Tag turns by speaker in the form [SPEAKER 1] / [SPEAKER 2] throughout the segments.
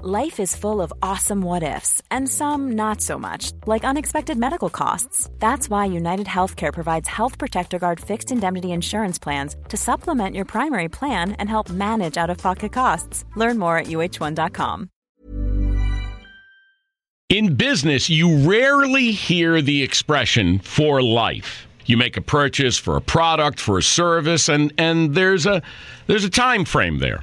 [SPEAKER 1] Life is full of awesome what ifs, and some not so much, like unexpected medical costs. That's why United Healthcare provides Health Protector Guard fixed indemnity insurance plans to supplement your primary plan and help manage out of pocket costs. Learn more at uh1.com.
[SPEAKER 2] In business, you rarely hear the expression for life. You make a purchase for a product, for a service, and, and there's a there's a time frame there.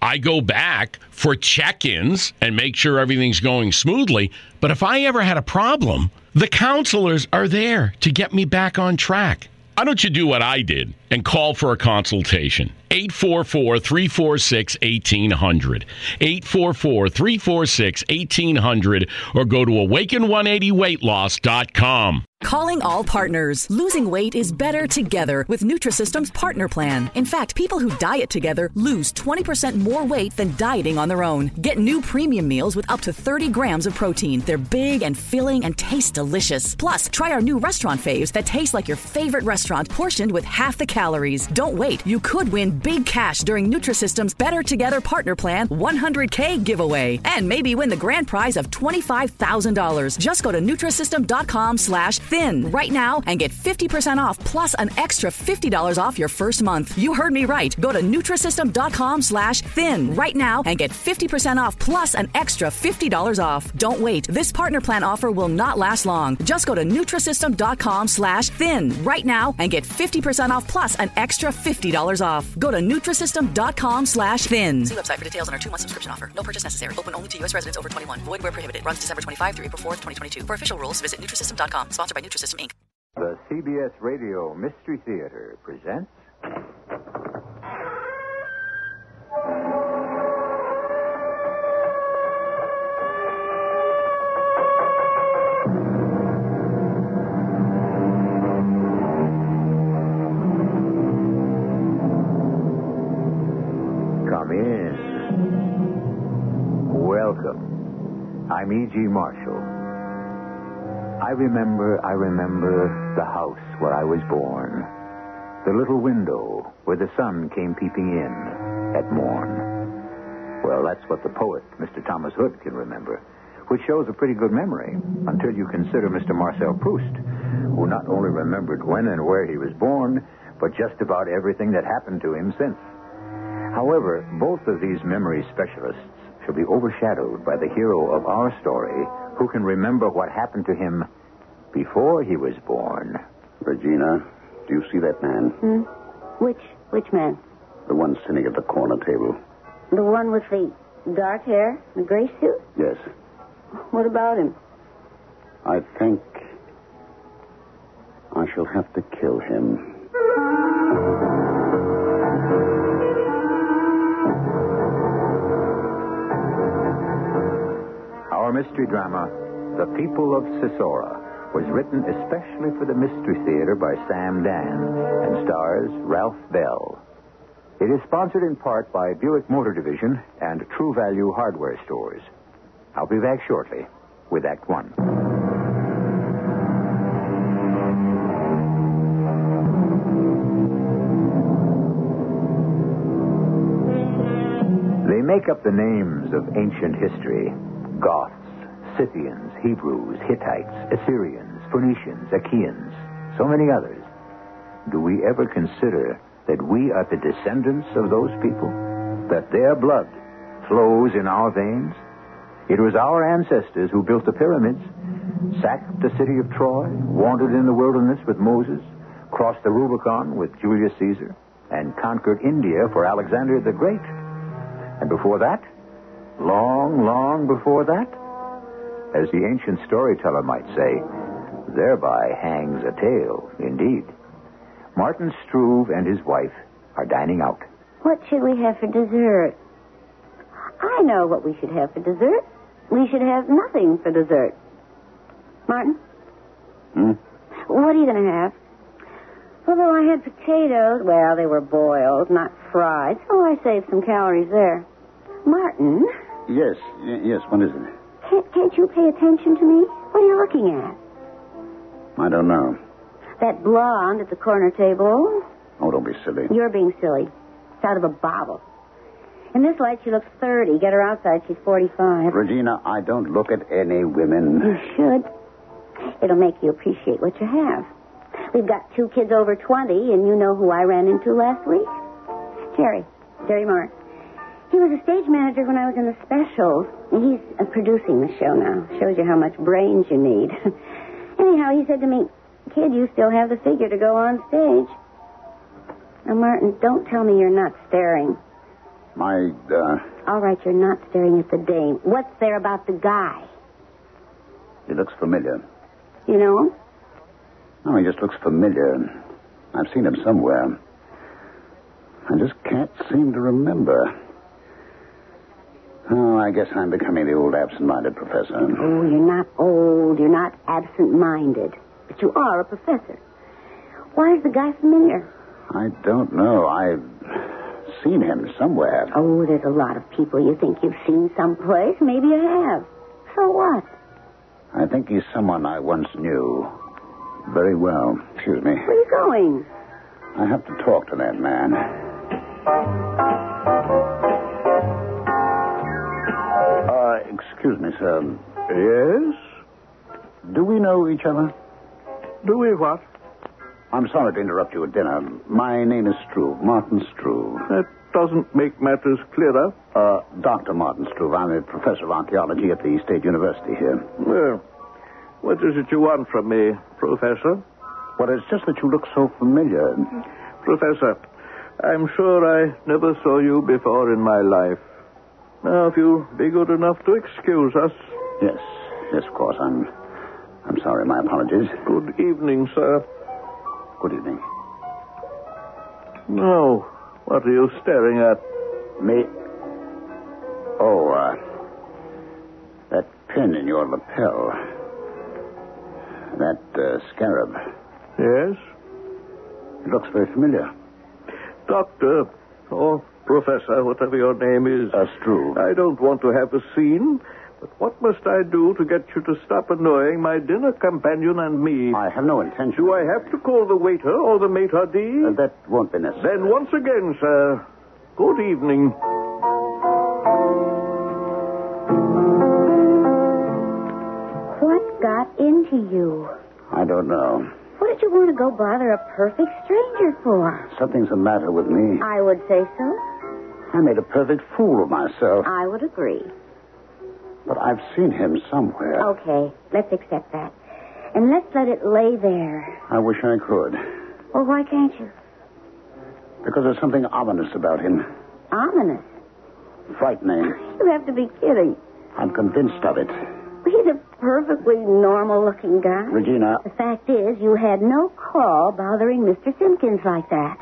[SPEAKER 2] I go back for check ins and make sure everything's going smoothly. But if I ever had a problem, the counselors are there to get me back on track. Why don't you do what I did and call for a consultation? 844 346 1800. 844 346 1800 or go to awaken180weightloss.com.
[SPEAKER 3] Calling all partners. Losing weight is better together with Nutrisystem's partner plan. In fact, people who diet together lose 20% more weight than dieting on their own. Get new premium meals with up to 30 grams of protein. They're big and filling and taste delicious. Plus, try our new restaurant faves that taste like your favorite restaurant, portioned with half the calories. Don't wait. You could win big cash during Nutrisystem's Better Together partner plan 100K giveaway and maybe win the grand prize of $25,000. Just go to Nutrisystem.com slash thin right now and get 50% off plus an extra $50 off your first month. You heard me right. Go to Nutrisystem.com slash thin right now and get 50% off plus an extra $50 off. Don't wait. This partner plan offer will not last long. Just go to Nutrisystem.com slash thin right now and get 50% off plus an extra $50 off. Go to Nutrisystem.com slash thin.
[SPEAKER 4] See website for details on our two-month subscription offer. No purchase necessary. Open only to U.S. residents over 21. Void where prohibited. Runs December 25 through April 4th, 2022. For official rules, visit Nutrisystem.com. Sponsored by Nutrisystem, Inc.
[SPEAKER 5] The CBS Radio Mystery Theater presents. Come in. Welcome. I'm E.G. Marshall. I remember, I remember the house where I was born. The little window where the sun came peeping in at morn. Well, that's what the poet, Mr. Thomas Hood, can remember, which shows a pretty good memory until you consider Mr. Marcel Proust, who not only remembered when and where he was born, but just about everything that happened to him since. However, both of these memory specialists shall be overshadowed by the hero of our story who can remember what happened to him before he was born.
[SPEAKER 6] Regina, do you see that man?
[SPEAKER 7] Hmm? Which which man?
[SPEAKER 6] The one sitting at the corner table?
[SPEAKER 7] The one with the dark hair, the gray suit?
[SPEAKER 6] Yes.
[SPEAKER 7] What about him?
[SPEAKER 6] I think I shall have to kill him.
[SPEAKER 5] Our mystery drama, The People of Sisora, was written especially for the Mystery Theater by Sam Dan and stars Ralph Bell. It is sponsored in part by Buick Motor Division and True Value Hardware Stores. I'll be back shortly
[SPEAKER 8] with Act One. They make up the names of ancient history Goths, Scythians, Hebrews, Hittites, Assyrians, Phoenicians, Achaeans, so many others. Do we ever consider that we are the descendants of those people? That their blood flows in our veins? It was our ancestors who built the pyramids, sacked the city of Troy, wandered in the wilderness with Moses, crossed the Rubicon with Julius Caesar, and conquered India for Alexander the Great. And before that, long, long before that, as the ancient storyteller might say, thereby hangs a tale, indeed. Martin Struve and his wife are dining out.
[SPEAKER 4] What should we have for dessert? I know what we should have for dessert. We should have nothing for dessert. Martin,
[SPEAKER 5] Hmm?
[SPEAKER 4] what are you going to have? Although I had potatoes, well, they were boiled, not fried, so I saved some calories there. Martin,
[SPEAKER 5] Yes, y- yes, what is it?
[SPEAKER 4] can't, can't you pay attention to me? What are you looking at?
[SPEAKER 5] I don't know.
[SPEAKER 4] That blonde at the corner table.
[SPEAKER 5] Oh, don't be silly.
[SPEAKER 4] You're being silly. It's out of a bottle. In this light, she looks 30. Get her outside, she's 45.
[SPEAKER 5] Regina, I don't look at any
[SPEAKER 4] You
[SPEAKER 5] women.
[SPEAKER 4] should. It'll make you appreciate what you have. We've got two kids over 20, and you know who I ran into last week? Jerry. Jerry Moore. He was a stage manager when I was in the specials. He's uh, producing the show now. Shows you how much brains you need. Anyhow, he said to me, Kid, you still have the figure to go on stage. Now, Martin, don't tell me you're not staring.
[SPEAKER 5] My, uh,
[SPEAKER 4] All right, you're not staring at the dame. What's there about the guy?
[SPEAKER 5] he looks familiar.
[SPEAKER 4] You know him?
[SPEAKER 5] No, he just looks familiar. I've seen him somewhere. I just can't seem to remember. Oh, I guess I'm becoming the old absent-minded professor.
[SPEAKER 4] Oh, you're not old. You're not absent minded. But you are a professor. Why is the guy familiar?
[SPEAKER 5] I don't know. I've seen him somewhere.
[SPEAKER 4] Oh, there's a lot of people you think you've seen someplace. Maybe you have. So what?
[SPEAKER 5] I think he's someone I once knew. Very well. Excuse me.
[SPEAKER 4] Where are you going?
[SPEAKER 5] I have to talk to that man. Uh, excuse me, sir. Yes? Do we know each other?
[SPEAKER 9] Do we what?
[SPEAKER 5] I'm sorry to interrupt you at dinner. My name is Struve, Martin Struve.
[SPEAKER 9] That doesn't make matters clearer.
[SPEAKER 5] Uh, Dr. Martin Struve. I'm a professor of archaeology at the State University here.
[SPEAKER 9] Well, what is it you want from me, Professor?
[SPEAKER 5] Well, it's just that you look so familiar.
[SPEAKER 9] Professor, I'm sure I never saw you before in my life. Now, if you'll be good enough to excuse us.
[SPEAKER 5] Yes, yes, of course. I'm, I'm sorry. My apologies.
[SPEAKER 9] Good evening, sir.
[SPEAKER 5] Good evening.
[SPEAKER 9] No, what are you staring at?
[SPEAKER 5] Me? Oh, uh, that pin in your lapel. That uh, scarab.
[SPEAKER 9] Yes?
[SPEAKER 5] It looks very familiar.
[SPEAKER 9] Doctor, or Professor, whatever your name is.
[SPEAKER 5] Uh, Struve.
[SPEAKER 9] I don't want to have a scene, but what must I do to get you to stop annoying my dinner companion and me?
[SPEAKER 5] I have no intention.
[SPEAKER 9] Do I have to call the waiter or the maitre d'?
[SPEAKER 5] Uh, that won't be necessary.
[SPEAKER 9] Then once again, sir, good evening.
[SPEAKER 4] What got into you?
[SPEAKER 5] I don't know.
[SPEAKER 4] What did you want to go bother a perfect stranger for?
[SPEAKER 5] Something's the matter with me.
[SPEAKER 4] I would say so.
[SPEAKER 5] I made a perfect fool of myself.
[SPEAKER 4] I would agree.
[SPEAKER 5] But I've seen him somewhere.
[SPEAKER 4] Okay, let's accept that. And let's let it lay there.
[SPEAKER 5] I wish I could.
[SPEAKER 4] Well, why can't you?
[SPEAKER 5] Because there's something ominous about him.
[SPEAKER 4] Ominous.
[SPEAKER 5] Frightening.
[SPEAKER 4] You have to be kidding.
[SPEAKER 5] I'm convinced of it.
[SPEAKER 4] He's a perfectly normal looking guy.
[SPEAKER 5] Regina,
[SPEAKER 4] The fact is, you had no call bothering Mr. Simpkins like that.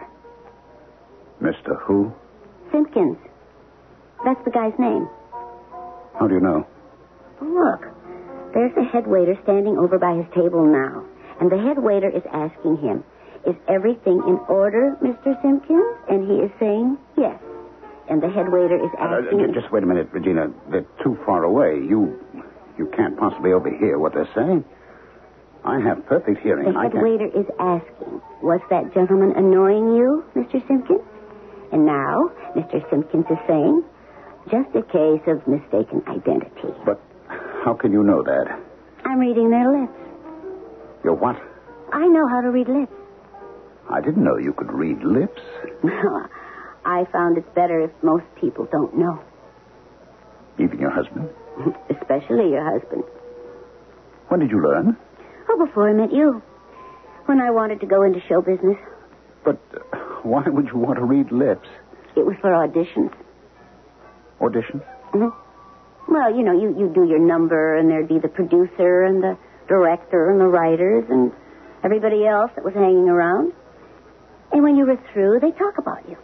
[SPEAKER 5] Mr. Who?
[SPEAKER 4] Simpkins. That's the guy's name.
[SPEAKER 5] How do you know?
[SPEAKER 4] Look, there's the head waiter standing over by his table now. And the head waiter is asking him, Is everything in order, Mr. Simpkins? And he is saying, Yes. And the head waiter is
[SPEAKER 5] Uh, j-
[SPEAKER 4] asking.
[SPEAKER 5] just wait a minute, Regina. They're too far away. You You can't possibly overhear what they're saying. I have perfect hearing.
[SPEAKER 4] The
[SPEAKER 5] I
[SPEAKER 4] head
[SPEAKER 5] can...
[SPEAKER 4] waiter is asking, was that gentleman annoying you, Mr. Simpkins? And now, Mr. Simpkins is saying, just a case of mistaken identity.
[SPEAKER 5] But how can you know that?
[SPEAKER 4] I'm reading their lips.
[SPEAKER 5] You're what?
[SPEAKER 4] I know how to read lips.
[SPEAKER 5] I didn't know you could read lips.
[SPEAKER 4] Well, I found it's better if most people don't know,
[SPEAKER 5] Even your husband.
[SPEAKER 4] especially your husband.
[SPEAKER 5] When did you learn?
[SPEAKER 4] Oh, before I met you, when I wanted to go into show business,
[SPEAKER 5] But uh, why would you want to read lips?
[SPEAKER 4] it was for auditions.
[SPEAKER 5] Audition?
[SPEAKER 4] hmm Well, you know, you, you do your number, and there'd be the producer and the director and the writers and everybody else that was hanging around. And when you were through, they talk about you.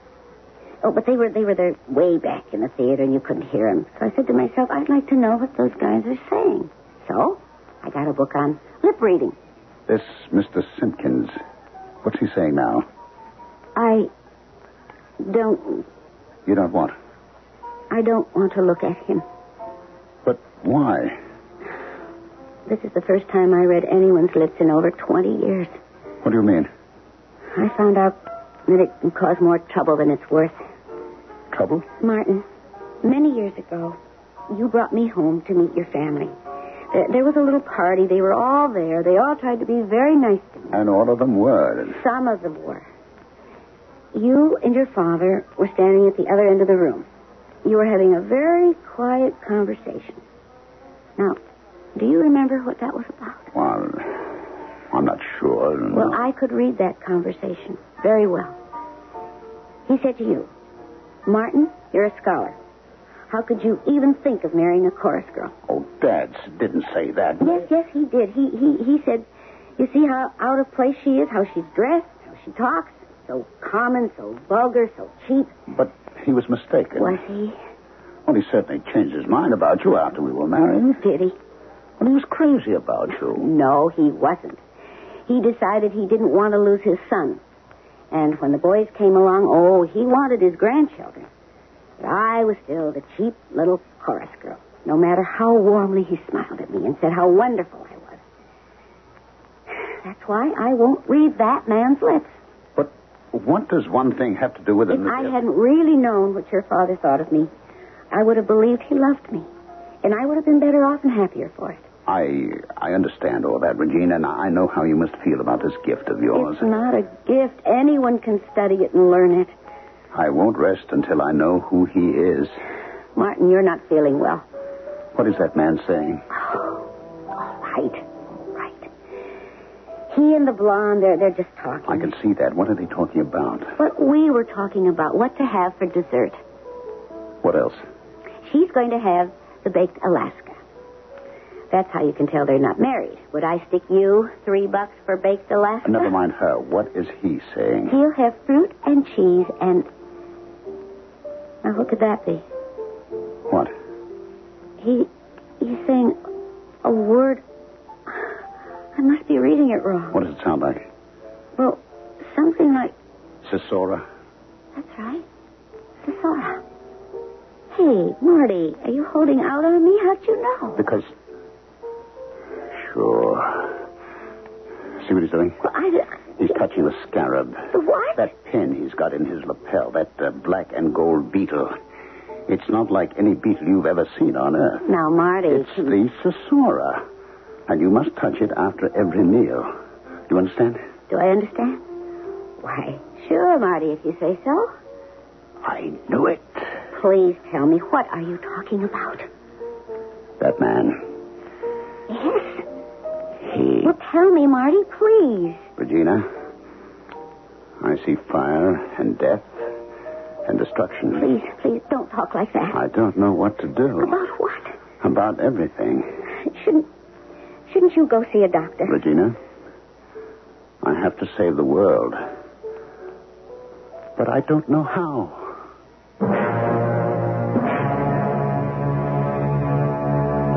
[SPEAKER 4] Oh, but they were they were there way back in the theater, and you couldn't hear 'em. So I said to myself, I'd like to know what those guys are saying. So I got a book on lip reading.
[SPEAKER 5] This Mr. Simpkins. What's he saying now?
[SPEAKER 4] I don't
[SPEAKER 5] You don't want.
[SPEAKER 4] I don't want to look at him.
[SPEAKER 5] But why?
[SPEAKER 4] This is the first time I read anyone's lips in over twenty years.
[SPEAKER 5] What do you mean?
[SPEAKER 4] I found out that it can cause more trouble than it's worth.
[SPEAKER 5] Trouble?
[SPEAKER 4] Martin, many years ago, you brought me home to meet your family. There- There was a little party. They were all there. They all tried to be very nice to me.
[SPEAKER 5] And all of them were. And
[SPEAKER 4] Some of them were. You and your father were standing at the other end of the room. You were having a very quiet conversation. Now, do you remember what that was about?
[SPEAKER 5] Well, I'm not sure. and-
[SPEAKER 4] Well, I could read that conversation very well. He said to you, Martin, you're a scholar. How could you even think of marrying a chorus girl?
[SPEAKER 5] Oh, Dad didn't say that.
[SPEAKER 4] Yes, yes, he did. He he he said, you see how out of place she is, how she's dressed, how she talks, so common, so vulgar, so cheap.
[SPEAKER 5] But he was mistaken.
[SPEAKER 4] Was he?
[SPEAKER 5] Well, he certainly changed his mind about you after we were married.
[SPEAKER 4] Did he?
[SPEAKER 5] Well, he was crazy about you.
[SPEAKER 4] No, he wasn't. He decided he didn't want to lose his son. And when the boys came along, oh, he wanted his grandchildren. But I was still the cheap little chorus girl, no matter how warmly he smiled at me and said how wonderful I was. That's why I won't read that man's lips.
[SPEAKER 5] But what does one thing have to do with
[SPEAKER 4] If
[SPEAKER 5] another?
[SPEAKER 4] I hadn't really known what your father thought of me, I would have believed he loved me. And I would have been better off and happier for it.
[SPEAKER 5] I I understand all that, Regina, and I know how you must feel about this gift of yours.
[SPEAKER 4] It's not a gift. Anyone can study it and learn it.
[SPEAKER 5] I won't rest until I know who he is.
[SPEAKER 4] Martin, you're not feeling well.
[SPEAKER 5] What is that man saying?
[SPEAKER 4] Oh, All right. All right. He and the blonde, they're, they're just talking.
[SPEAKER 5] I can see that. What are they talking about?
[SPEAKER 4] What we were talking about, what to have for dessert.
[SPEAKER 5] What else?
[SPEAKER 4] She's going to have the baked Alaska. That's how you can tell they're not married. Would I stick you three bucks for baked Alaska?
[SPEAKER 5] Never mind her. What is he saying?
[SPEAKER 4] He'll have fruit and cheese and. Now, who could that be?
[SPEAKER 5] What?
[SPEAKER 4] He, he's saying a word. I must be reading it wrong.
[SPEAKER 5] What does it sound like?
[SPEAKER 4] Well, something like
[SPEAKER 5] Sisora?
[SPEAKER 4] That's right. Sasora. Hey, Marty, are you holding out on me? How'd you know?
[SPEAKER 5] Because. Sure. See what he's doing?
[SPEAKER 4] Well, I.
[SPEAKER 5] He's touching the scarab.
[SPEAKER 4] The what?
[SPEAKER 5] That pin he's got in his lapel, that uh, black and gold beetle. It's not like any beetle you've ever seen on Earth.
[SPEAKER 4] Now, Marty.
[SPEAKER 5] It's the Sisora. And you must touch it after every meal. You understand?
[SPEAKER 4] Do I understand? Why, sure, Marty, if you say so.
[SPEAKER 5] I knew it.
[SPEAKER 4] Please tell me, what are you talking about?
[SPEAKER 5] That man.
[SPEAKER 4] Yes?
[SPEAKER 5] He.
[SPEAKER 4] Well, tell me, Marty, please.
[SPEAKER 5] Regina, I see fire and death and destruction.
[SPEAKER 4] Please, please, don't talk like that.
[SPEAKER 5] I don't know what to do.
[SPEAKER 4] About what?
[SPEAKER 5] About everything.
[SPEAKER 4] Shouldn't. Shouldn't you go see a doctor?
[SPEAKER 5] Regina, I have to save the world. But I don't know how.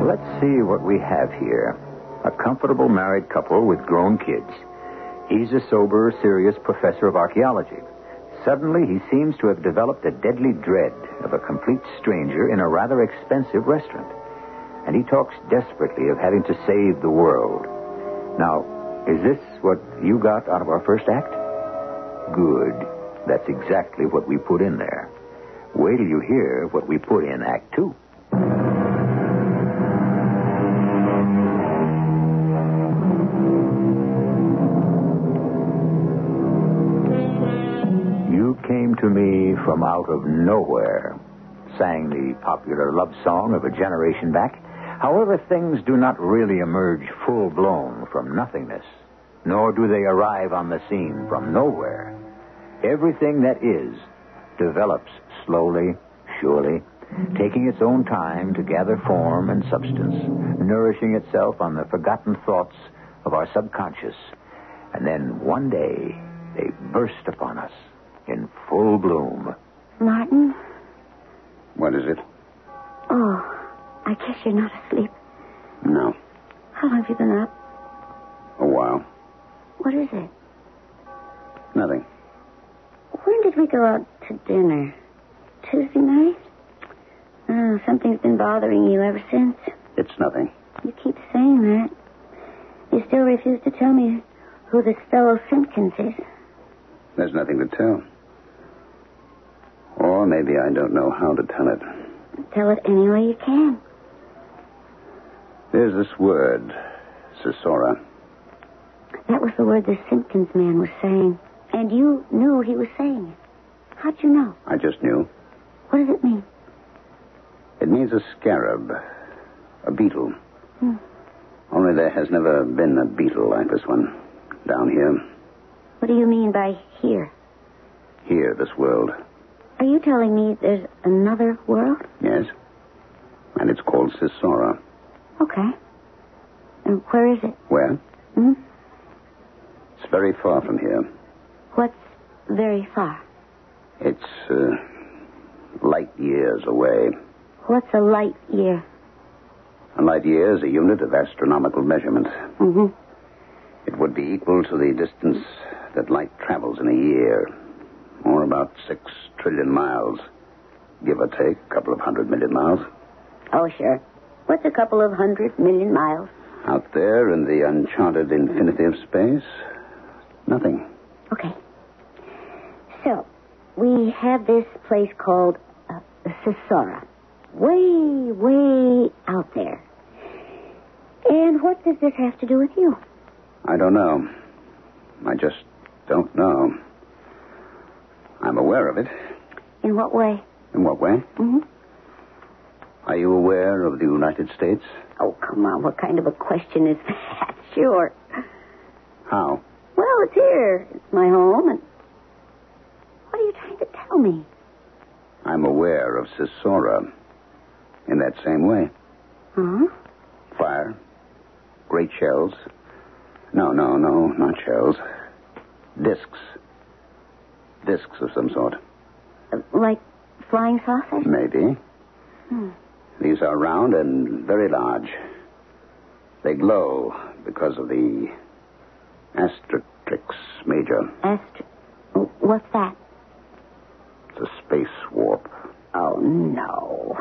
[SPEAKER 10] Let's see what we have here. A comfortable married couple with grown kids. He's a sober, serious professor of archaeology. Suddenly, he seems to have developed a deadly dread of a complete stranger in a rather expensive restaurant. and he talks desperately of having to save the world. Now, is this what you got out of our first act? Good. That's exactly what we put in there. Wait till you hear what we put in Act Two. You came to me from out of nowhere, sang the popular love song of a generation back. However, things do not really emerge full blown from nothingness, nor do they arrive on the scene from nowhere. Everything that is develops slowly, surely, taking its own time to gather form and substance, nourishing itself on the forgotten thoughts of our subconscious, and then one day they burst upon us in full bloom.
[SPEAKER 4] Martin?
[SPEAKER 5] What is it?
[SPEAKER 4] Oh, I guess you're not asleep.
[SPEAKER 5] No.
[SPEAKER 4] How long have you been up?
[SPEAKER 5] A while.
[SPEAKER 4] What is it?
[SPEAKER 5] Nothing.
[SPEAKER 4] When did we go out to dinner? Tuesday night? Oh, something's been bothering you ever since.
[SPEAKER 5] It's nothing.
[SPEAKER 4] You keep saying that. You still refuse to tell me who this fellow Simpkins is.
[SPEAKER 5] There's nothing to tell. Or maybe I don't know how to tell it.
[SPEAKER 4] Tell it any way you can.
[SPEAKER 5] There's this word, Sisora.
[SPEAKER 4] That was the word the Simpkins man was saying. And you knew he was saying it. How'd you know?
[SPEAKER 5] I just knew.
[SPEAKER 4] What does it mean?
[SPEAKER 5] It means a scarab, a beetle.
[SPEAKER 4] Hmm.
[SPEAKER 5] Only there has never been a beetle like this one. Down here,
[SPEAKER 4] What do you mean by here?
[SPEAKER 5] here, this world.
[SPEAKER 4] Are you telling me there's another world?
[SPEAKER 5] Yes? And it's called Sisora.
[SPEAKER 4] Okay. And where is it?
[SPEAKER 5] Where?
[SPEAKER 4] Hmm?
[SPEAKER 5] It's very far from here.
[SPEAKER 4] What's very far?
[SPEAKER 5] It's uh, light years away.
[SPEAKER 4] What's a light year?
[SPEAKER 5] A light year is a unit of astronomical measurement.
[SPEAKER 4] Mm-hmm.
[SPEAKER 5] It would be equal to the distance that light travels in a year, or about six trillion miles, give or take a couple of hundred million miles.
[SPEAKER 4] Oh, sure. What's a couple of hundred million miles?
[SPEAKER 5] Out there in the uncharted infinity of space, nothing.
[SPEAKER 4] Okay. So, we have this place called uh, Sisora. Way, way out there. And what does this have to do with you?
[SPEAKER 5] I don't know. I just don't know. I'm aware of it.
[SPEAKER 4] In what way?
[SPEAKER 5] In what way?
[SPEAKER 4] Mm-hmm.
[SPEAKER 5] Are you aware of the United States?
[SPEAKER 4] Oh, come on. What kind of a question is that? Sure.
[SPEAKER 5] How?
[SPEAKER 4] Well, it's here. It's my home. And what are you trying to tell me?
[SPEAKER 5] I'm aware of Sisora in that same way.
[SPEAKER 4] Huh?
[SPEAKER 5] Fire. Great shells. No, no, no, not shells. Discs. Discs of some sort.
[SPEAKER 4] Uh, Like flying saucers?
[SPEAKER 5] Maybe.
[SPEAKER 4] Hmm.
[SPEAKER 5] These are round and very large. They glow because of the Astratrix Major.
[SPEAKER 4] Astro- What's that?
[SPEAKER 5] It's a space warp.
[SPEAKER 4] Oh, no.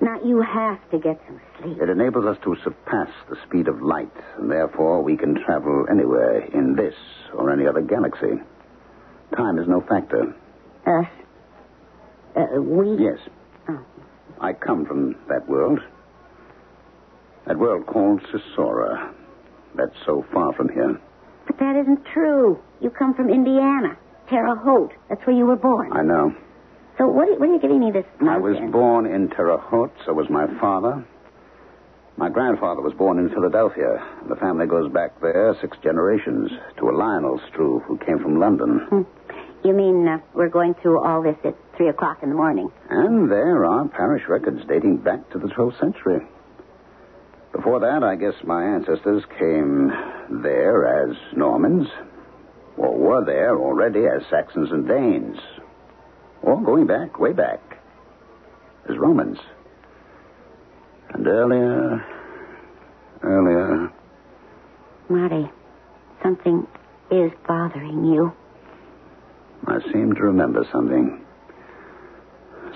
[SPEAKER 4] Now, you have to get some sleep.
[SPEAKER 5] It enables us to surpass the speed of light, and therefore we can travel anywhere in this or any other galaxy. Time is no factor.
[SPEAKER 4] Us? Uh, we? Oh.
[SPEAKER 5] Yes. I come from that world. That world called Sisora. That's so far from here.
[SPEAKER 4] But that isn't true. You come from Indiana, Terre Haute. That's where you were born.
[SPEAKER 5] I know.
[SPEAKER 4] So what are, what are you giving me this
[SPEAKER 5] I was
[SPEAKER 4] nonsense?
[SPEAKER 5] born in Terre Haute, so was my father. My grandfather was born in Philadelphia. The family goes back there six generations to a Lionel Struve who came from London.
[SPEAKER 4] Hmm. You mean uh, we're going through all this at 3 o'clock in the morning?
[SPEAKER 5] And there are parish records dating back to the 12th century. Before that, I guess my ancestors came there as Normans, or were there already as Saxons and Danes, or going back, way back, as Romans. And earlier, earlier,
[SPEAKER 4] Marty, something is bothering you.
[SPEAKER 5] I seem to remember something.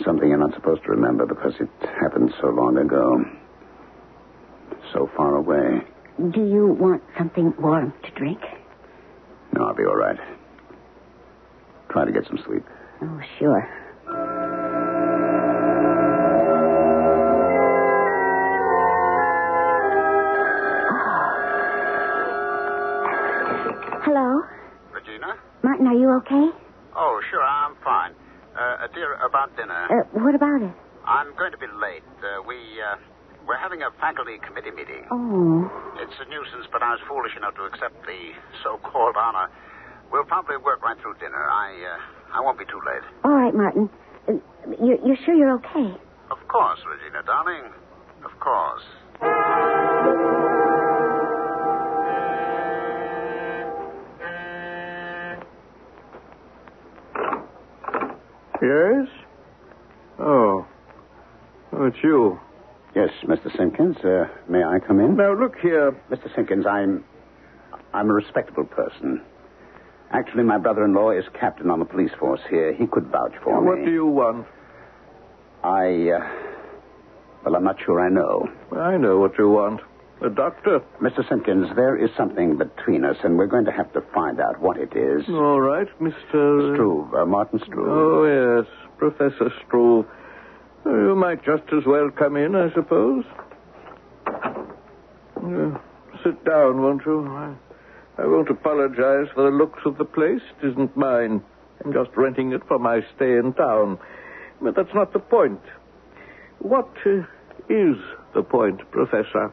[SPEAKER 5] Something you're not supposed to remember because it happened so long ago.
[SPEAKER 3] so far away.
[SPEAKER 4] Do you want something warm to drink?
[SPEAKER 3] No, I'll be all right. Try to get some sleep.
[SPEAKER 4] Oh, sure. Hello?
[SPEAKER 5] Regina?
[SPEAKER 4] Martin, are you okay?
[SPEAKER 5] Oh, sure, I'm fine. Uh, uh, dear, about dinner.
[SPEAKER 4] Uh, what about it?
[SPEAKER 5] I'm going to be late. Uh, we, uh, we're having a faculty committee meeting.
[SPEAKER 4] Oh.
[SPEAKER 5] It's a nuisance, but I was foolish enough to accept the so-called honor. We'll probably work right through dinner. I, uh, I won't be too late.
[SPEAKER 4] All right, Martin. Uh, You're, you're sure you're okay?
[SPEAKER 5] Of course, Regina, darling. Of course.
[SPEAKER 9] Yes? Oh. Oh, it's you.
[SPEAKER 3] Yes, Mr. Simpkins, uh, may I come in?
[SPEAKER 9] Now, look here.
[SPEAKER 3] Mr. Simpkins, I'm. I'm a respectable person. Actually, my brother in law is captain on the police force here. He could vouch for me.
[SPEAKER 9] What do you want?
[SPEAKER 3] I. Uh, well, I'm not sure I know.
[SPEAKER 9] I know what you want. A doctor.
[SPEAKER 3] Mr. Simpkins, there is something between us, and we're going to have to find out what it is.
[SPEAKER 9] All right, Mr.
[SPEAKER 3] Struve, uh, Martin Struve.
[SPEAKER 9] Oh, yes, Professor Struve. Oh, You might just as well come in, I suppose. Uh, sit down, won't you? I, I won't apologize for the looks of the place. It isn't mine. I'm just renting it for my stay in town. But that's not the point. What uh, is the point, Professor?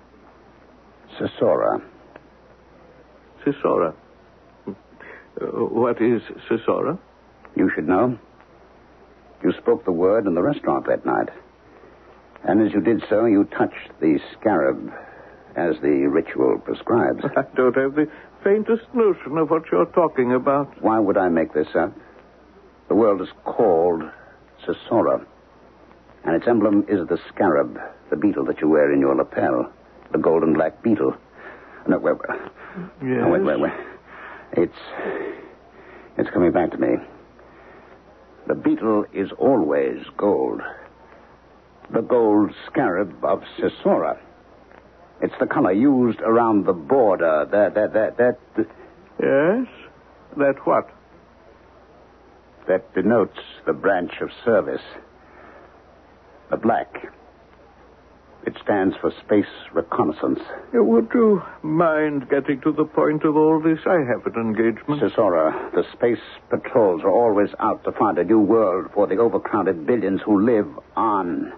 [SPEAKER 3] Sisora.
[SPEAKER 9] Sisora. Uh, what is Sisora?
[SPEAKER 3] You should know. You spoke the word in the restaurant that night. And as you did so, you touched the scarab as the ritual prescribes.
[SPEAKER 9] I don't have the faintest notion of what you're talking about.
[SPEAKER 3] Why would I make this up? The world is called Sisora. And its emblem is the scarab, the beetle that you wear in your lapel, the golden black beetle. No, wait, wait.
[SPEAKER 9] Yes.
[SPEAKER 3] No, wait, wait, wait. It's. It's coming back to me. The beetle is always gold. The gold scarab of Sisora. It's the color used around the border. That, that, that, that,
[SPEAKER 9] Yes? That what?
[SPEAKER 3] that denotes the branch of service. The black. It stands for space reconnaissance.
[SPEAKER 9] Uh, Would you mind getting to the point of all this? I have an engagement.
[SPEAKER 3] Sisora, the space patrols are always out to find a new world for the overcrowded billions who live on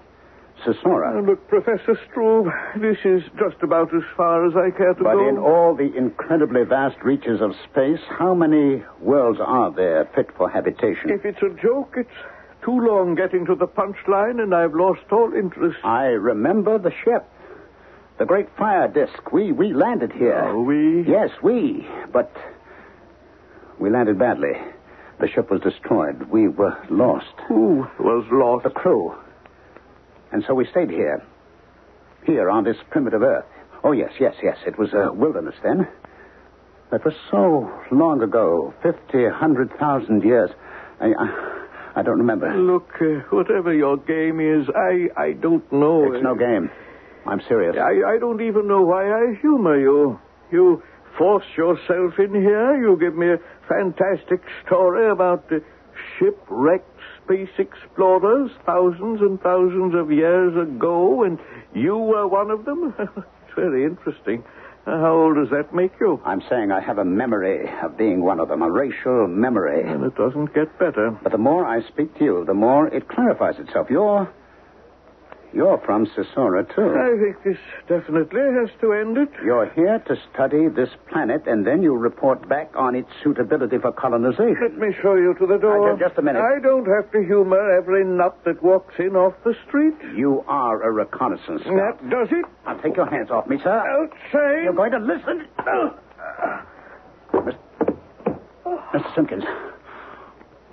[SPEAKER 9] Now,
[SPEAKER 3] Sisora.
[SPEAKER 9] look, Professor Struve, this is just about as far as I care to
[SPEAKER 3] But
[SPEAKER 9] go.
[SPEAKER 3] in all the incredibly vast reaches of space, how many worlds are there fit for habitation?
[SPEAKER 9] If it's a joke, it's too long getting to the punchline, and I've lost all interest.
[SPEAKER 3] I remember the ship. The great fire disk. We we landed here.
[SPEAKER 9] Oh, we?
[SPEAKER 3] Yes, we. But we landed badly. The ship was destroyed. We were lost.
[SPEAKER 9] Who was lost?
[SPEAKER 3] The crew. And so we stayed here. Here on this primitive earth. Oh, yes, yes, yes. It was a wilderness then. That was so long ago. Fifty, hundred thousand years. I, I, I don't remember.
[SPEAKER 9] Look, uh, whatever your game is, I, I don't know.
[SPEAKER 3] It's no game. I'm serious.
[SPEAKER 9] I, I don't even know why I humor you. You force yourself in here. You give me a fantastic story about uh, shipwrecked space explorers thousands and thousands of years ago, and you were one of them. it's very interesting. Uh, How old does that make you?
[SPEAKER 3] I'm saying I have a memory of being one of them, a racial memory.
[SPEAKER 9] And it doesn't get better.
[SPEAKER 3] But the more I speak to you, the more it clarifies itself. You're. You're from Sisora, too.
[SPEAKER 9] I think this definitely has to end it.
[SPEAKER 3] You're here to study this planet, and then you report back on its suitability for
[SPEAKER 9] Let
[SPEAKER 3] colonization.
[SPEAKER 9] me show you to the door.
[SPEAKER 3] Uh, ju- just a minute.
[SPEAKER 9] I don't have to humor every nut that walks in off the street.
[SPEAKER 3] You are a reconnaissance
[SPEAKER 10] Mm.
[SPEAKER 3] scout.
[SPEAKER 9] That does it.
[SPEAKER 3] Now take your hands off me, sir.
[SPEAKER 9] Outside.
[SPEAKER 3] You're going to listen. Mr. Mr. Simpkins.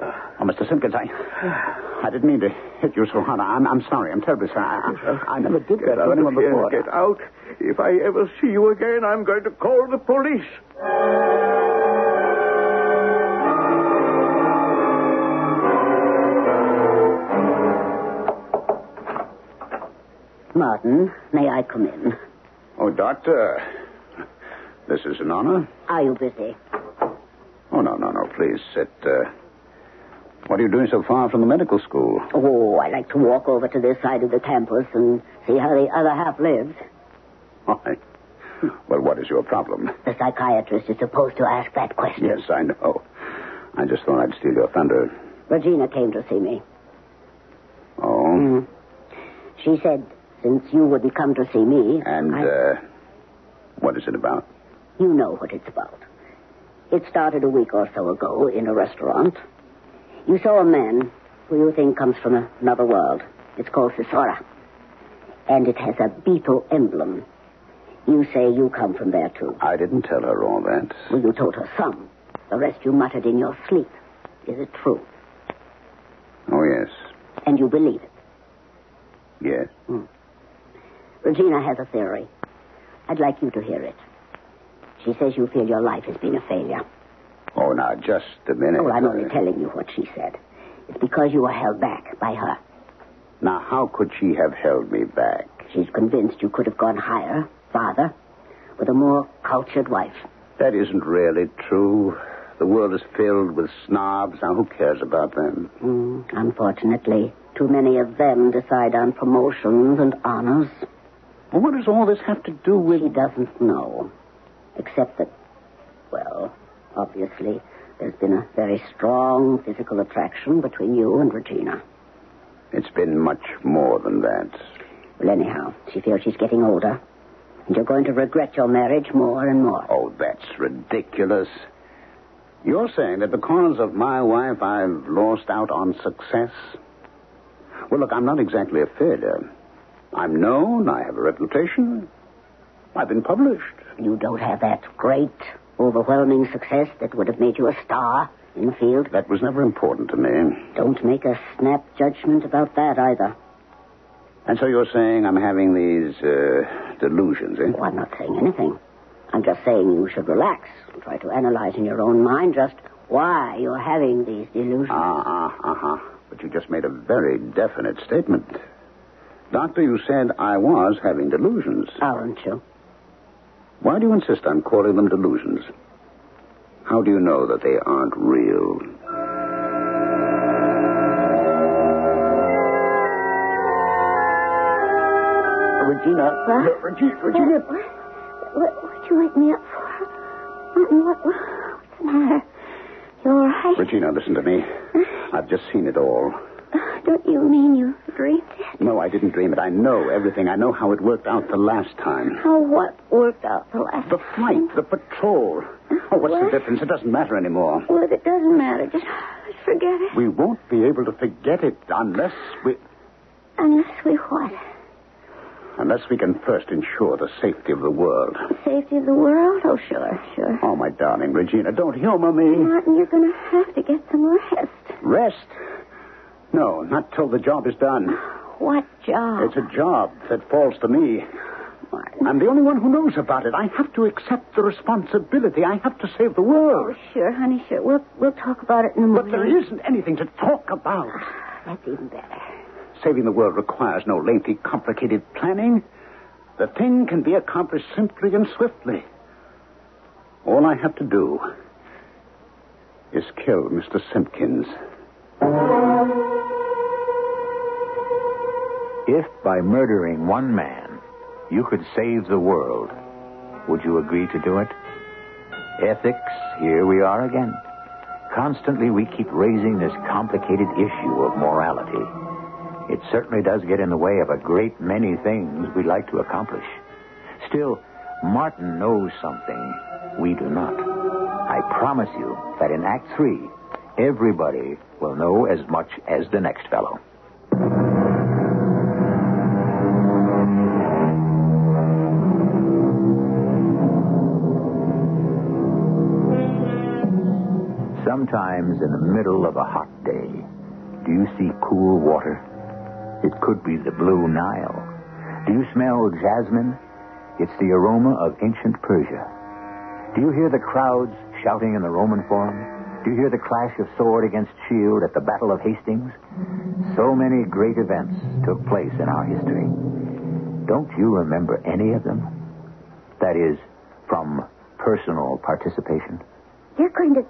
[SPEAKER 3] Oh, Mr. Simpkins, I, I didn't mean to hit you so hard. I'm, I'm sorry. I'm terribly sorry. I, I, I never did that
[SPEAKER 9] Get
[SPEAKER 3] to
[SPEAKER 9] out of
[SPEAKER 3] anyone
[SPEAKER 9] here.
[SPEAKER 3] before.
[SPEAKER 9] Get out. If I ever see you again, I'm going to call the police.
[SPEAKER 4] Martin, may I come in?
[SPEAKER 3] Oh,
[SPEAKER 5] Oh, Doctor, this is an honor.
[SPEAKER 4] Are you busy?
[SPEAKER 5] Oh, no, no, no. Please sit. Uh, what are you doing so far from the medical school?
[SPEAKER 4] Oh, I like to walk over to this side of the campus and see how the other half lives.
[SPEAKER 5] Why? Well, what is your problem?
[SPEAKER 4] The psychiatrist is supposed to ask that question.
[SPEAKER 5] Yes, I know. I just thought I'd steal your thunder.
[SPEAKER 4] Regina came to see me.
[SPEAKER 5] Oh?
[SPEAKER 4] Hmm. She said, since you wouldn't come to see me,
[SPEAKER 5] And,
[SPEAKER 4] I-
[SPEAKER 5] uh, what is it about?
[SPEAKER 4] you know what it's about. It started a week or so ago in a restaurant. You saw a man who you think comes from a- another world. It's called Sisora. And it has a beetle emblem. You say you come from there, too.
[SPEAKER 5] I didn't tell her all that.
[SPEAKER 4] Well, you told her some. The rest you muttered in your sleep. Is it true?
[SPEAKER 5] Oh, yes.
[SPEAKER 4] And you believe it?
[SPEAKER 5] Yes.
[SPEAKER 4] Regina has a theory. I'd like you to hear it. She says you feel your life has been a failure.
[SPEAKER 5] Oh, now, just a minute.
[SPEAKER 4] Well, I'm only
[SPEAKER 5] Uh,
[SPEAKER 4] telling you what she said. It's because you were held back by her.
[SPEAKER 5] Now, how could she have held me back?
[SPEAKER 4] She's convinced you could have gone higher, farther, with a more cultured wife.
[SPEAKER 5] That isn't really true. The world is filled with snobs. Now, who cares about them?
[SPEAKER 4] Mm, unfortunately, too many of them decide on promotions and honors.
[SPEAKER 5] Well, what does all this have to do with.
[SPEAKER 4] She doesn't know. Except that, well, obviously, there's been a very strong physical attraction between you and Regina.
[SPEAKER 5] It's been much more than that.
[SPEAKER 4] Well, anyhow, she feels she's getting older. And you're going to regret your marriage more and more.
[SPEAKER 5] Oh, that's ridiculous. You're saying that because of my wife, I've lost out on success? Well, look, I'm not exactly a failure. I'm known, I have a reputation, I've been published.
[SPEAKER 4] You don't have that great, overwhelming success that would have made you a star in the field.
[SPEAKER 5] That was never important to me.
[SPEAKER 4] Don't make a snap judgment about that either.
[SPEAKER 5] And so you're saying I'm having these uh, delusions, eh?
[SPEAKER 4] Oh, I'm not saying anything. I'm just saying you should relax and try to analyze in your own mind just why you're having these delusions.
[SPEAKER 5] Ah, ah, ah, ah. But you just made a very definite statement. Doctor, you said I was having delusions.
[SPEAKER 4] Aren't you?
[SPEAKER 5] Why do you insist on calling them delusions? How do you know that they aren't real? Regina.
[SPEAKER 4] What?
[SPEAKER 5] Regina. Regina.
[SPEAKER 4] What, would you wake me up for? Martin, what, what's the matter? You all right?
[SPEAKER 5] Regina, listen to me. I've just seen it all.
[SPEAKER 4] Don't you mean you dreamed it?
[SPEAKER 5] No, I didn't dream it. I know everything. I know how it worked out the last time.
[SPEAKER 4] How what worked out the last
[SPEAKER 5] The flight, the patrol. Oh, what's
[SPEAKER 4] What?
[SPEAKER 5] the difference? It doesn't matter anymore.
[SPEAKER 4] Well, it doesn't matter. Just forget it.
[SPEAKER 5] We won't be able to forget it unless we
[SPEAKER 4] Unless we what?
[SPEAKER 5] unless we can first ensure the safety of the world.
[SPEAKER 4] Safety of the world? Oh, sure, sure.
[SPEAKER 5] Oh, my darling Regina, don't humor me.
[SPEAKER 4] Martin, you're going to have to get some rest.
[SPEAKER 5] Rest? No, not till the job is done.
[SPEAKER 4] What job?
[SPEAKER 5] It's a job that falls to me.
[SPEAKER 4] Martin.
[SPEAKER 5] I'm the only one who knows about it. I have to accept the responsibility. I have to save the world.
[SPEAKER 4] Sure, honey, sure. We'll, we'll talk about it in the
[SPEAKER 5] But
[SPEAKER 4] morning.
[SPEAKER 5] there isn't anything to talk about.
[SPEAKER 4] That's even better.
[SPEAKER 5] Saving the world requires no lengthy, complicated planning. The thing can be accomplished simply and swiftly. All I have to do is kill Mr. Simpkins.
[SPEAKER 10] If by murdering one man you could save the world, would you agree to do it? Ethics, here we are again. Constantly we keep raising this complicated issue of morality. It certainly does get in the way of a great many things we'd like to accomplish. Still, Martin knows something we do not. I promise you that in Act Three, everybody will know as much as the next fellow. Sometimes in the middle of a hot day, do you see cool water? It could be the Blue Nile. Do you smell jasmine? It's the aroma of ancient Persia. Do you hear the crowds shouting in the Roman Forum? Do you hear the clash of sword against shield at the Battle of Hastings? So many great events took place in our history. Don't you remember any of them? That is, from personal participation?
[SPEAKER 4] You're going to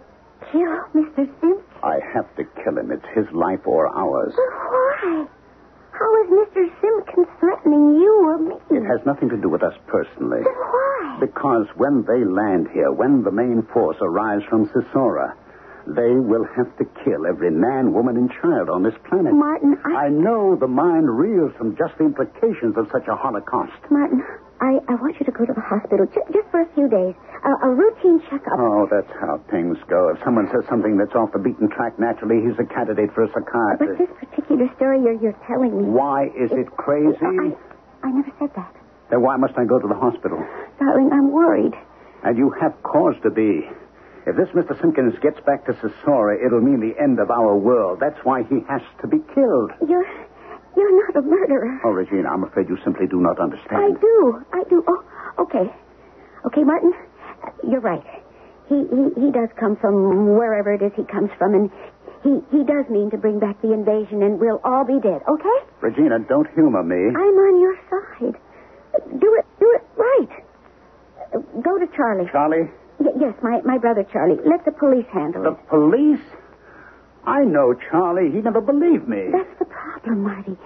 [SPEAKER 4] kill Mr. Simpson?
[SPEAKER 5] I have to kill him. It's his life or ours.
[SPEAKER 4] Why? How is Mr. Simpkins threatening you or me?
[SPEAKER 5] It has nothing to do with us personally.
[SPEAKER 4] Why?
[SPEAKER 5] Because when they land here, when the main force arrives from Sisora, they will have to kill every man, woman, and child on this planet.
[SPEAKER 4] Martin, I-
[SPEAKER 5] I know the mind reels from just the implications of such a holocaust.
[SPEAKER 4] Martin, I, I want you to go to the hospital ju- just for a few days. A, a routine checkup.
[SPEAKER 5] Oh, that's how things go. If someone says something that's off the beaten track, naturally he's a candidate for a
[SPEAKER 4] But
[SPEAKER 5] psychiatrist.
[SPEAKER 4] this particular story you're, you're telling me.
[SPEAKER 5] Why is it crazy?
[SPEAKER 4] I, I never said that.
[SPEAKER 5] Then why must I go to the hospital?
[SPEAKER 4] Darling, I'm worried.
[SPEAKER 5] And you have cause to be. If this Mr. Simpkins gets back to Sisora, it'll mean the end of our world. That's why he has to be killed.
[SPEAKER 4] You're, you're not a murderer.
[SPEAKER 5] Oh, Regina, I'm afraid you simply do not
[SPEAKER 4] I
[SPEAKER 5] understand.
[SPEAKER 4] do. I do. Oh, okay. Okay, Martin, uh, you're right. He, he he does come from wherever it is he comes from, and he he does mean to bring back the invasion, and we'll all be dead. Okay?
[SPEAKER 5] Regina, don't humor me.
[SPEAKER 4] I'm on your side. Do it. Do it right. Uh, Go to Charlie.
[SPEAKER 5] Charlie,
[SPEAKER 4] Y- yes, my my brother Charlie. Let the police handle
[SPEAKER 5] the
[SPEAKER 4] it.
[SPEAKER 5] police? I know Charlie. He never believed me.
[SPEAKER 4] That's the problem, Marty.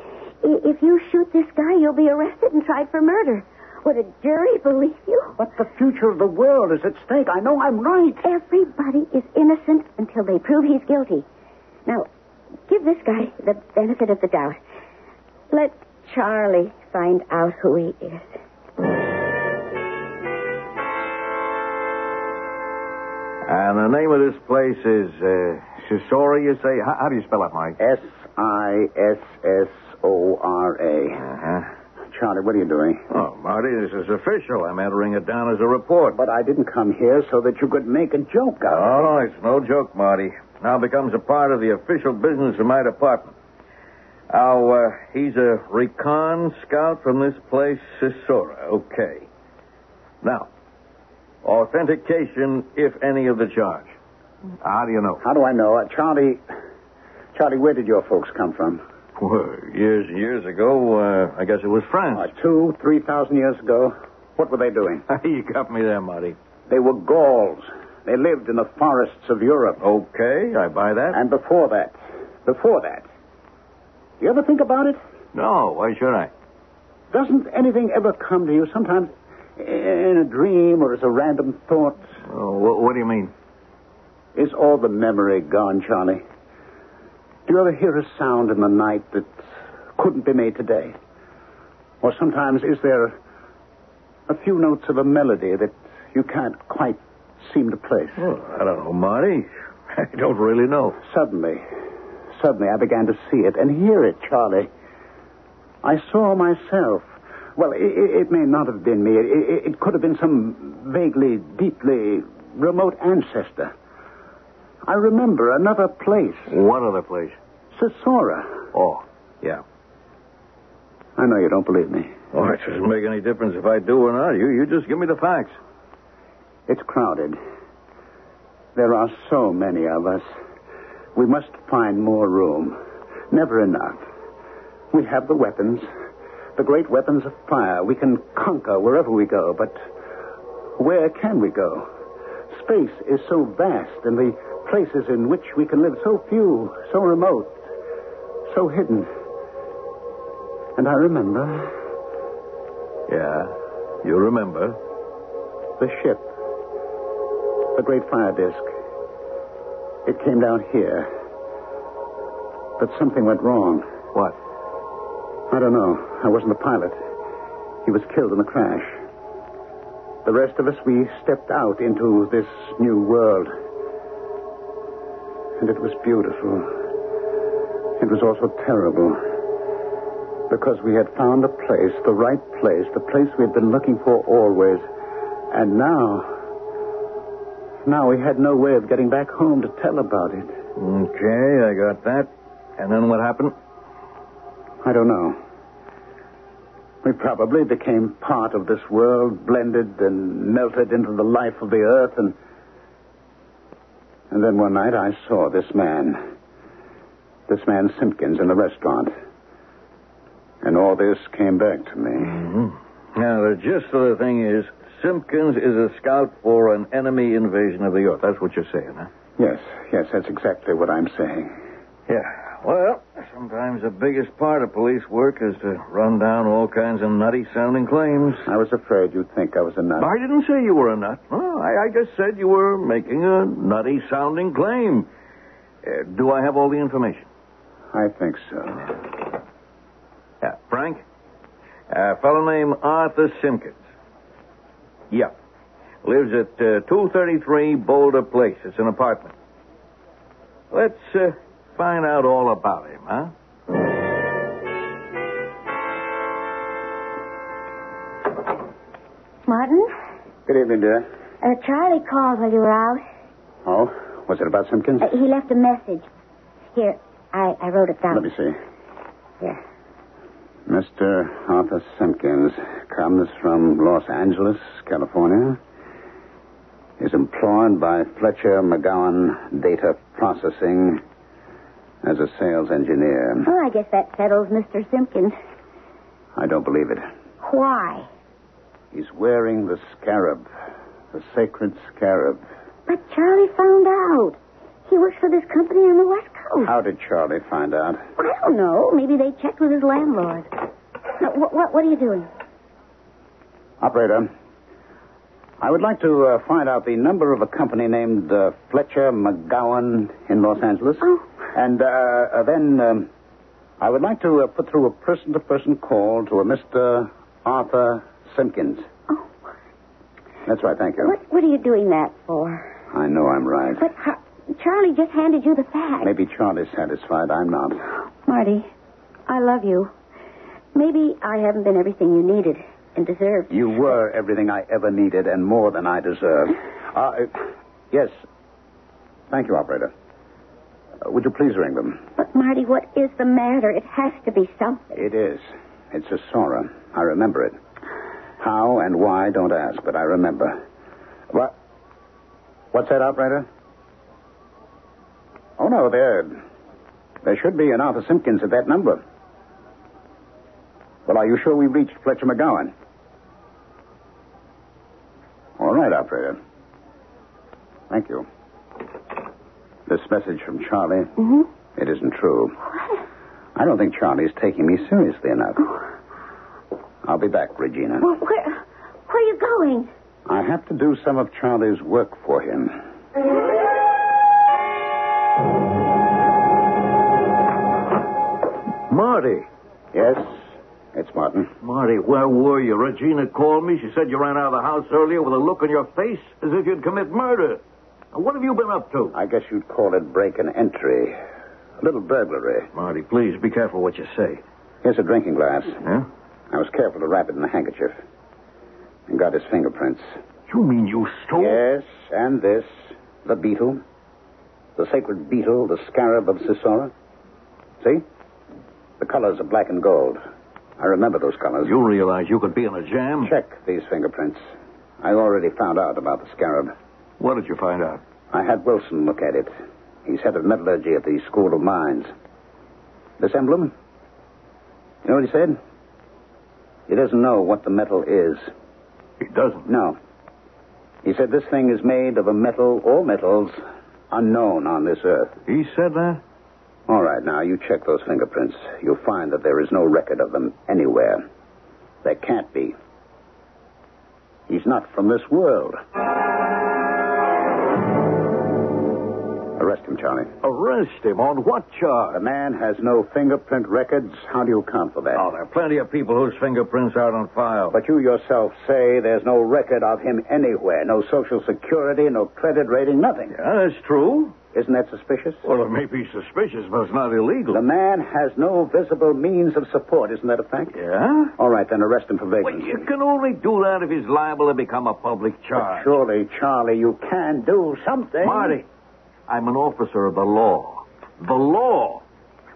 [SPEAKER 4] I- if you shoot this guy, you'll be arrested and tried for murder. Would a jury believe you?
[SPEAKER 5] But the future of the world is at stake. I know I'm right.
[SPEAKER 4] Everybody is innocent until they prove he's guilty. Now, give this guy the benefit of the doubt. Let Charlie find out who he is.
[SPEAKER 10] And the name of this place is uh, Shisori, you say? How, how do you spell it, Mike?
[SPEAKER 5] S I S S O R A.
[SPEAKER 10] Uh-huh.
[SPEAKER 5] Charlie, what are you doing?
[SPEAKER 10] Oh, Marty, this is official. I'm entering it down as a report.
[SPEAKER 5] But I didn't come here so that you could make a joke out of it.
[SPEAKER 10] Oh, no, it's no joke, Marty. Now becomes a part of the official business of my department. Now, uh, he's a recon scout from this place, Sisora. Okay. Now, authentication, if any, of the charge. How do you know?
[SPEAKER 5] How do I know? Uh, Charlie, Charlie, where did your folks come from?
[SPEAKER 10] Well, years and years ago, uh, I guess it was
[SPEAKER 5] Uh,
[SPEAKER 10] France.
[SPEAKER 5] two, three thousand years ago. What were they doing?
[SPEAKER 10] you got me there, Marty.
[SPEAKER 5] They were Gauls. They lived in the forests of Europe.
[SPEAKER 10] Okay, I buy that.
[SPEAKER 5] And before that, before that, you ever think about it?
[SPEAKER 10] No, why should I?
[SPEAKER 5] Doesn't anything ever come to you sometimes in a dream or as a random thought?
[SPEAKER 10] Oh, wh- what do you mean?
[SPEAKER 5] Is all the memory gone, Charlie? Do you ever hear a sound in the night that couldn't be made today? Or sometimes is there a few notes of a melody that you can't quite seem to place?
[SPEAKER 10] Oh, I don't know, Marty. I don't really know.
[SPEAKER 5] Suddenly, suddenly I began to see it and hear it, Charlie. I saw myself. Well, it, it may not have been me. It, it, it could have been some vaguely, deeply remote ancestor. I remember another place,
[SPEAKER 10] What other place?
[SPEAKER 5] Sisora.
[SPEAKER 10] Oh, yeah.
[SPEAKER 5] I know you don't believe me.
[SPEAKER 10] Oh, it doesn't make any difference if I do or not. You, you just give me the facts.
[SPEAKER 5] It's crowded. There are so many of us. We must find more room. Never enough. We have the weapons, the great weapons of fire. We can conquer wherever we go, but where can we go? Space is so vast, and the places in which we can live so few, so remote, so hidden. And I remember
[SPEAKER 10] Yeah, you remember.
[SPEAKER 5] The ship. The great fire disk. It came down here. But something went wrong.
[SPEAKER 10] What?
[SPEAKER 5] I don't know. I wasn't the pilot. He was killed in the crash. The rest of us, we stepped out into this new world. And it was beautiful. It was also terrible. Because we had found a place, the right place, the place we had been looking for always. And now. Now we had no way of getting back home to tell about it.
[SPEAKER 10] Okay, I got
[SPEAKER 5] Uh,
[SPEAKER 10] that. And then what happened?
[SPEAKER 5] I don't know. We probably became part of this world, blended and melted into the life of the earth, and. And then one night I saw this man. This man Simpkins in the restaurant. And all this came back to me.
[SPEAKER 10] Now, the gist of the thing is
[SPEAKER 9] Simpkins is a scout for an enemy invasion of the earth. That's what you're saying, huh?
[SPEAKER 5] Yes, yes, that's exactly what I'm saying.
[SPEAKER 9] Yeah. Well, sometimes the biggest part of police work is to run down all kinds of nutty sounding claims.
[SPEAKER 5] I was afraid you'd think I was a nut.
[SPEAKER 9] I didn't say you were a nut. No, I, I just said you were making a nutty sounding claim. Uh, do I have all the information?
[SPEAKER 5] I think so.
[SPEAKER 9] Yeah, Uh, Frank? A fellow named Arthur Simpkins. Yep. Lives at uh, 233 Boulder Place. It's an apartment. Let's uh, find out all about him, huh?
[SPEAKER 4] Martin,
[SPEAKER 5] Good evening, dear.
[SPEAKER 4] uh, Charlie called while you were out.
[SPEAKER 5] Oh, was it about Simpkins?
[SPEAKER 4] Uh, he left a message. Here, I, I wrote it down.
[SPEAKER 5] Let me see.
[SPEAKER 4] Here.
[SPEAKER 5] Mr. Arthur Simpkins comes from Los Angeles, California. Is employed by Fletcher McGowan Data Processing as a sales engineer.
[SPEAKER 4] Well, I guess that settles Mr. Simpkins.
[SPEAKER 5] I don't believe it.
[SPEAKER 4] Why?
[SPEAKER 5] He's wearing the scarab, the sacred scarab.
[SPEAKER 4] But Charlie found out. He works for this company on the West Coast.
[SPEAKER 5] How did Charlie find out?
[SPEAKER 4] I don't know. Oh, Maybe they checked with his landlord. Now, what, what, what are you doing?
[SPEAKER 5] Operator, I would like to uh, find out the number of a company named uh, Fletcher McGowan in Los Angeles.
[SPEAKER 4] Oh.
[SPEAKER 5] And uh, uh, then um, I would like to uh, put through a person to person call to a Mr. Arthur Simpkins.
[SPEAKER 4] Oh.
[SPEAKER 5] That's right, thank you.
[SPEAKER 4] What, what are you doing that for?
[SPEAKER 5] I know I'm right.
[SPEAKER 4] But how, Charlie just handed you the fax.
[SPEAKER 5] Maybe Charlie's satisfied. I'm not.
[SPEAKER 4] Marty, I love you. Maybe I haven't been everything you needed and deserved.
[SPEAKER 5] You were everything I ever needed and more than I deserved. Uh, yes. Thank you, operator. Uh, would you please ring them?
[SPEAKER 4] But, Marty, what is the matter? It has to be something.
[SPEAKER 5] It is. It's a Sora. I remember it. How and why, don't ask, but I remember. What? What's that, operator? Oh, no, there. There should be an Arthur Simpkins at that number. Well, are you sure we reached Fletcher McGowan? All right, operator. Thank you. This message from Charlie.
[SPEAKER 4] Mm-hmm.
[SPEAKER 5] It isn't true. I don't think Charlie's taking me seriously enough. I'll be back, Regina.
[SPEAKER 4] Well, where, where are you going?
[SPEAKER 5] I have to do some of Charlie's work for him.
[SPEAKER 9] Marty.
[SPEAKER 5] Yes, it's Martin.
[SPEAKER 9] Marty, where were you? Regina called me. She said you ran out of the house earlier with a look on your face as if you'd commit murder. Now, what have you been up to?
[SPEAKER 5] I guess you'd call it break and entry. A little burglary.
[SPEAKER 9] Marty, please be careful what you say.
[SPEAKER 5] Here's a drinking glass.
[SPEAKER 9] Huh?
[SPEAKER 5] I was careful to wrap it in a handkerchief and got his fingerprints.
[SPEAKER 9] You mean you stole?
[SPEAKER 5] Yes, and this the beetle, the sacred beetle, the scarab of Sisora. See? The colors are black and gold. I remember those colors.
[SPEAKER 9] You realize you could be in a jam?
[SPEAKER 5] Check these fingerprints. I already found out about the scarab.
[SPEAKER 9] What did you find out?
[SPEAKER 5] I had Wilson look at it. He's head of metallurgy at the School of Mines. This emblem? You know what he said? He doesn't know what the metal is.
[SPEAKER 9] He doesn't.
[SPEAKER 5] No. He said this thing is made of a metal or metals unknown on this earth.
[SPEAKER 9] He said that?
[SPEAKER 5] All right, now you check those fingerprints. You'll find that there is no record of them anywhere. There can't be. He's not from this world. Arrest him, Charlie.
[SPEAKER 9] Arrest him on what charge?
[SPEAKER 5] The man has no fingerprint records. How do you account for that?
[SPEAKER 9] Oh, there are plenty of people whose fingerprints aren't on file.
[SPEAKER 5] But you yourself say there's no record of him anywhere. No social security, no credit rating, nothing.
[SPEAKER 9] yeah, that's true.
[SPEAKER 5] Isn't that suspicious?
[SPEAKER 9] Well, it may be suspicious, but it's not illegal.
[SPEAKER 5] The man has no visible means of support. Isn't that a fact?
[SPEAKER 9] Yeah?
[SPEAKER 5] All right, then arrest him for
[SPEAKER 9] Well,
[SPEAKER 5] vagrancy.
[SPEAKER 9] you can only do that if he's liable to become a public charge.
[SPEAKER 5] Surely, Charlie, you can do something.
[SPEAKER 9] Marty, I'm an officer of the law. The law.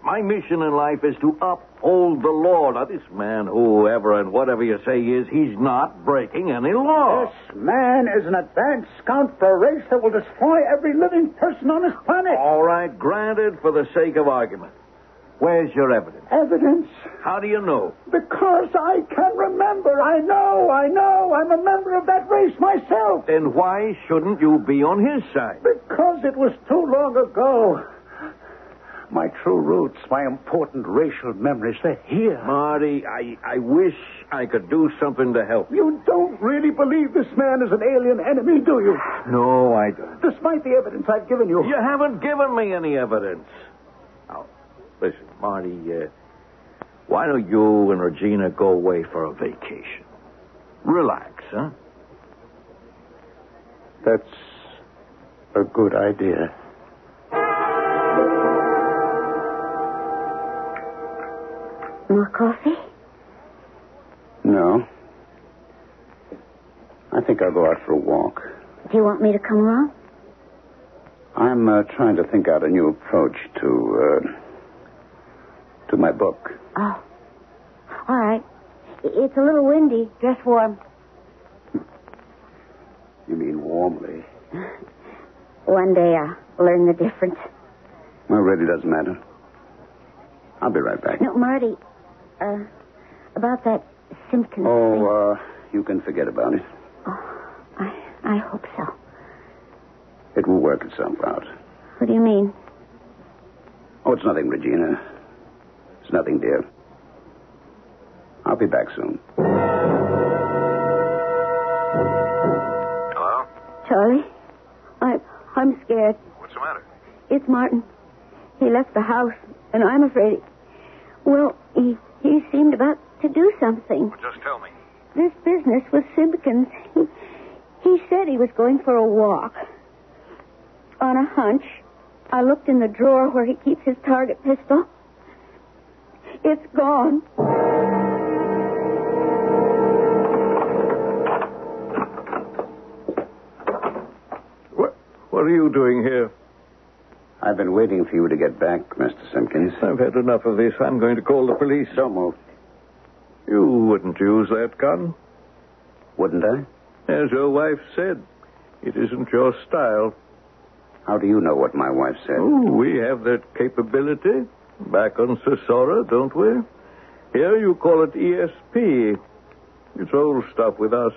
[SPEAKER 9] My mission in life is to uphold the law. Now, this man, whoever and whatever you say he is, he's not breaking any law.
[SPEAKER 5] This man is an advanced scout for a race that will destroy every living person on this planet.
[SPEAKER 9] All right, granted for the sake of argument. Where's your evidence?
[SPEAKER 11] Evidence?
[SPEAKER 9] How do you know?
[SPEAKER 11] Because I can remember. I know, I know. I'm a member of that race myself.
[SPEAKER 9] Then why shouldn't you be on his side?
[SPEAKER 11] Because it was too long ago.
[SPEAKER 5] My true roots, my important racial memories, they're here.
[SPEAKER 9] Marty, I, I wish I could do something to help you.
[SPEAKER 11] You don't really believe this man is an alien enemy, do you?
[SPEAKER 9] No, I don't.
[SPEAKER 11] Despite the evidence I've given you.
[SPEAKER 9] You haven't given me any evidence. Now, listen, Marty, uh, why don't you and Regina go away for a vacation? Relax, huh?
[SPEAKER 5] That's a good idea.
[SPEAKER 4] More coffee?
[SPEAKER 5] No. I think I'll go out for a walk.
[SPEAKER 4] Do you want me to come along?
[SPEAKER 5] I'm uh, trying to think out a new approach to uh, to my book.
[SPEAKER 4] Oh. All right. I- It's a little windy. Dress warm.
[SPEAKER 5] You mean warmly?
[SPEAKER 4] One day I'll learn the difference.
[SPEAKER 5] Well, it really doesn't matter. I'll be right back.
[SPEAKER 4] No, Marty, uh, about that Simpkins thing.
[SPEAKER 5] Oh, uh, you can forget about it.
[SPEAKER 4] I hope so.
[SPEAKER 5] It will work itself out.
[SPEAKER 4] What do you mean?
[SPEAKER 5] Oh, it's nothing, Regina. It's nothing, dear. I'll be back soon.
[SPEAKER 12] Hello?
[SPEAKER 4] Charlie? I, I'm scared.
[SPEAKER 12] What's the matter?
[SPEAKER 4] It's Martin. He left the house, and I'm afraid. Well, he, he seemed about to do something.
[SPEAKER 12] Just tell me.
[SPEAKER 4] This business with Simpkins. He, he said he was going for a walk. On a hunch, I looked in the drawer where he keeps his target pistol. It's gone.
[SPEAKER 9] What, what are you doing here?
[SPEAKER 5] I've been waiting for you to get back, Mr. Simpkins.
[SPEAKER 9] I've had enough of this. I'm going to call the police.
[SPEAKER 5] Don't move.
[SPEAKER 9] You wouldn't use that gun.
[SPEAKER 5] Wouldn't I?
[SPEAKER 9] As your wife said, it isn't your style.
[SPEAKER 5] How do you know what my wife said?
[SPEAKER 9] Oh, we have that capability back on Sisora, don't we? Here you call it ESP. It's old stuff with us.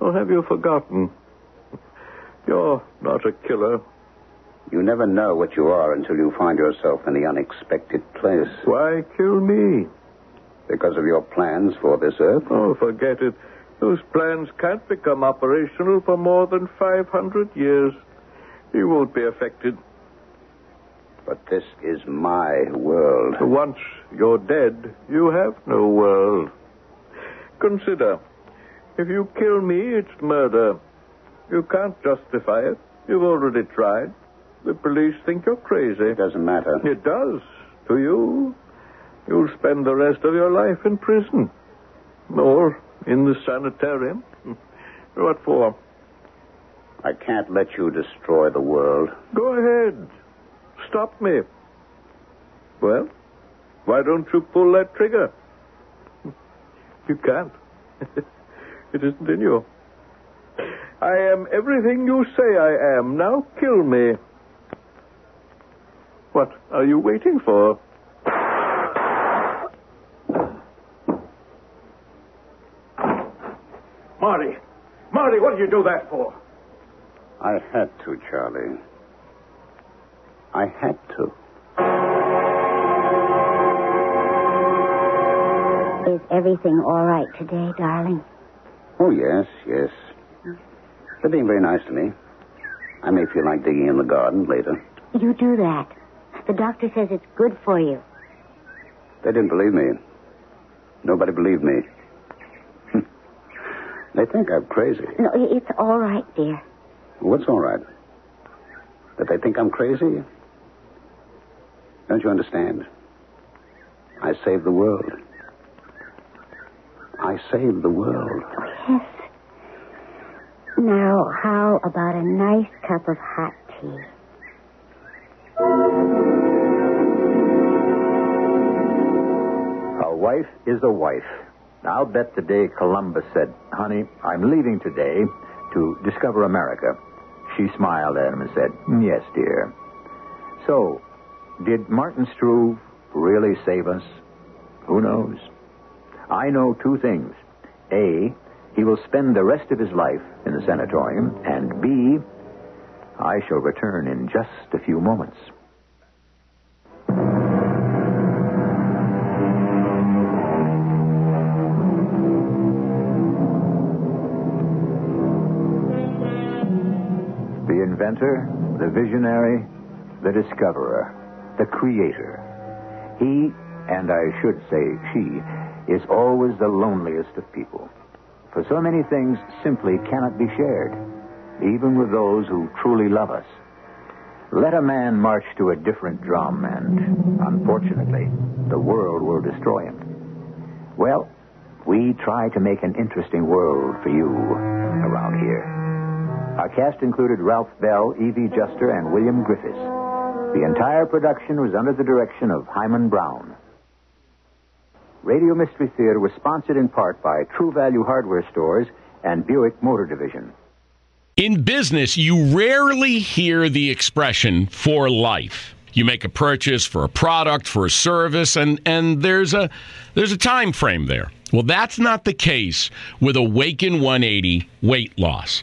[SPEAKER 9] Or have you forgotten? You're not a killer.
[SPEAKER 5] You never know what you are until you find yourself in the unexpected place.
[SPEAKER 9] Why kill me?
[SPEAKER 5] Because of your plans for this earth?
[SPEAKER 9] Oh, forget it. Those plans can't become operational for more than 500 years. You won't be affected.
[SPEAKER 5] But this is my world.
[SPEAKER 9] Once you're dead, you have no world. Consider if you kill me, it's murder. You can't justify it. You've already tried. The police think you're crazy.
[SPEAKER 5] It doesn't matter.
[SPEAKER 9] It does. To you, you'll spend the rest of your life in prison or in the sanitarium. What for?
[SPEAKER 5] I can't let you destroy the world.
[SPEAKER 9] Go ahead. Stop me. Well, why don't you pull that trigger? You can't. it isn't in you. I am everything you say I am. Now kill me. What are you waiting for?
[SPEAKER 11] Marty. Marty, what did you do that for?
[SPEAKER 5] I had to, Charlie. I had to.
[SPEAKER 4] Is everything all right today, darling?
[SPEAKER 5] Oh, yes, yes. They're being very nice to me. I may feel like digging in the garden later.
[SPEAKER 4] You do that. The doctor says it's good for you.
[SPEAKER 5] They didn't believe me. Nobody believed me. they think I'm crazy.
[SPEAKER 4] No, i- it's all right, dear.
[SPEAKER 5] What's all right? That they think I'm crazy? Don't you understand? I saved the world. I saved the world.
[SPEAKER 4] Yes. Now, how about a nice cup of hot tea?
[SPEAKER 10] A wife is a wife. I'll bet the day Columbus said, Honey, I'm leaving today to discover America. She smiled at him and said, Yes, dear. So, did Martin Struve
[SPEAKER 4] really save us? Who knows? I know two things. A, he will spend the rest of his life in the sanatorium, and B, I shall return in just a few moments. The inventor, the visionary, the discoverer, the creator. He, and I should say she, is always the loneliest of people. For so many things simply cannot be shared, even with those who truly love us. Let a man march to a different drum, and unfortunately, the world will destroy him. Well, we try to make an interesting world for you around here. Our cast included Ralph Bell, Evie Juster, and William Griffiths. The entire production was under the direction of Hyman Brown. Radio Mystery Theater was sponsored in part by True Value Hardware Stores and Buick Motor Division.
[SPEAKER 2] In business, you rarely hear the expression for life. You make a purchase for a product, for a service, and, and there's a there's a time frame there. Well, that's not the case with Awaken 180 weight loss.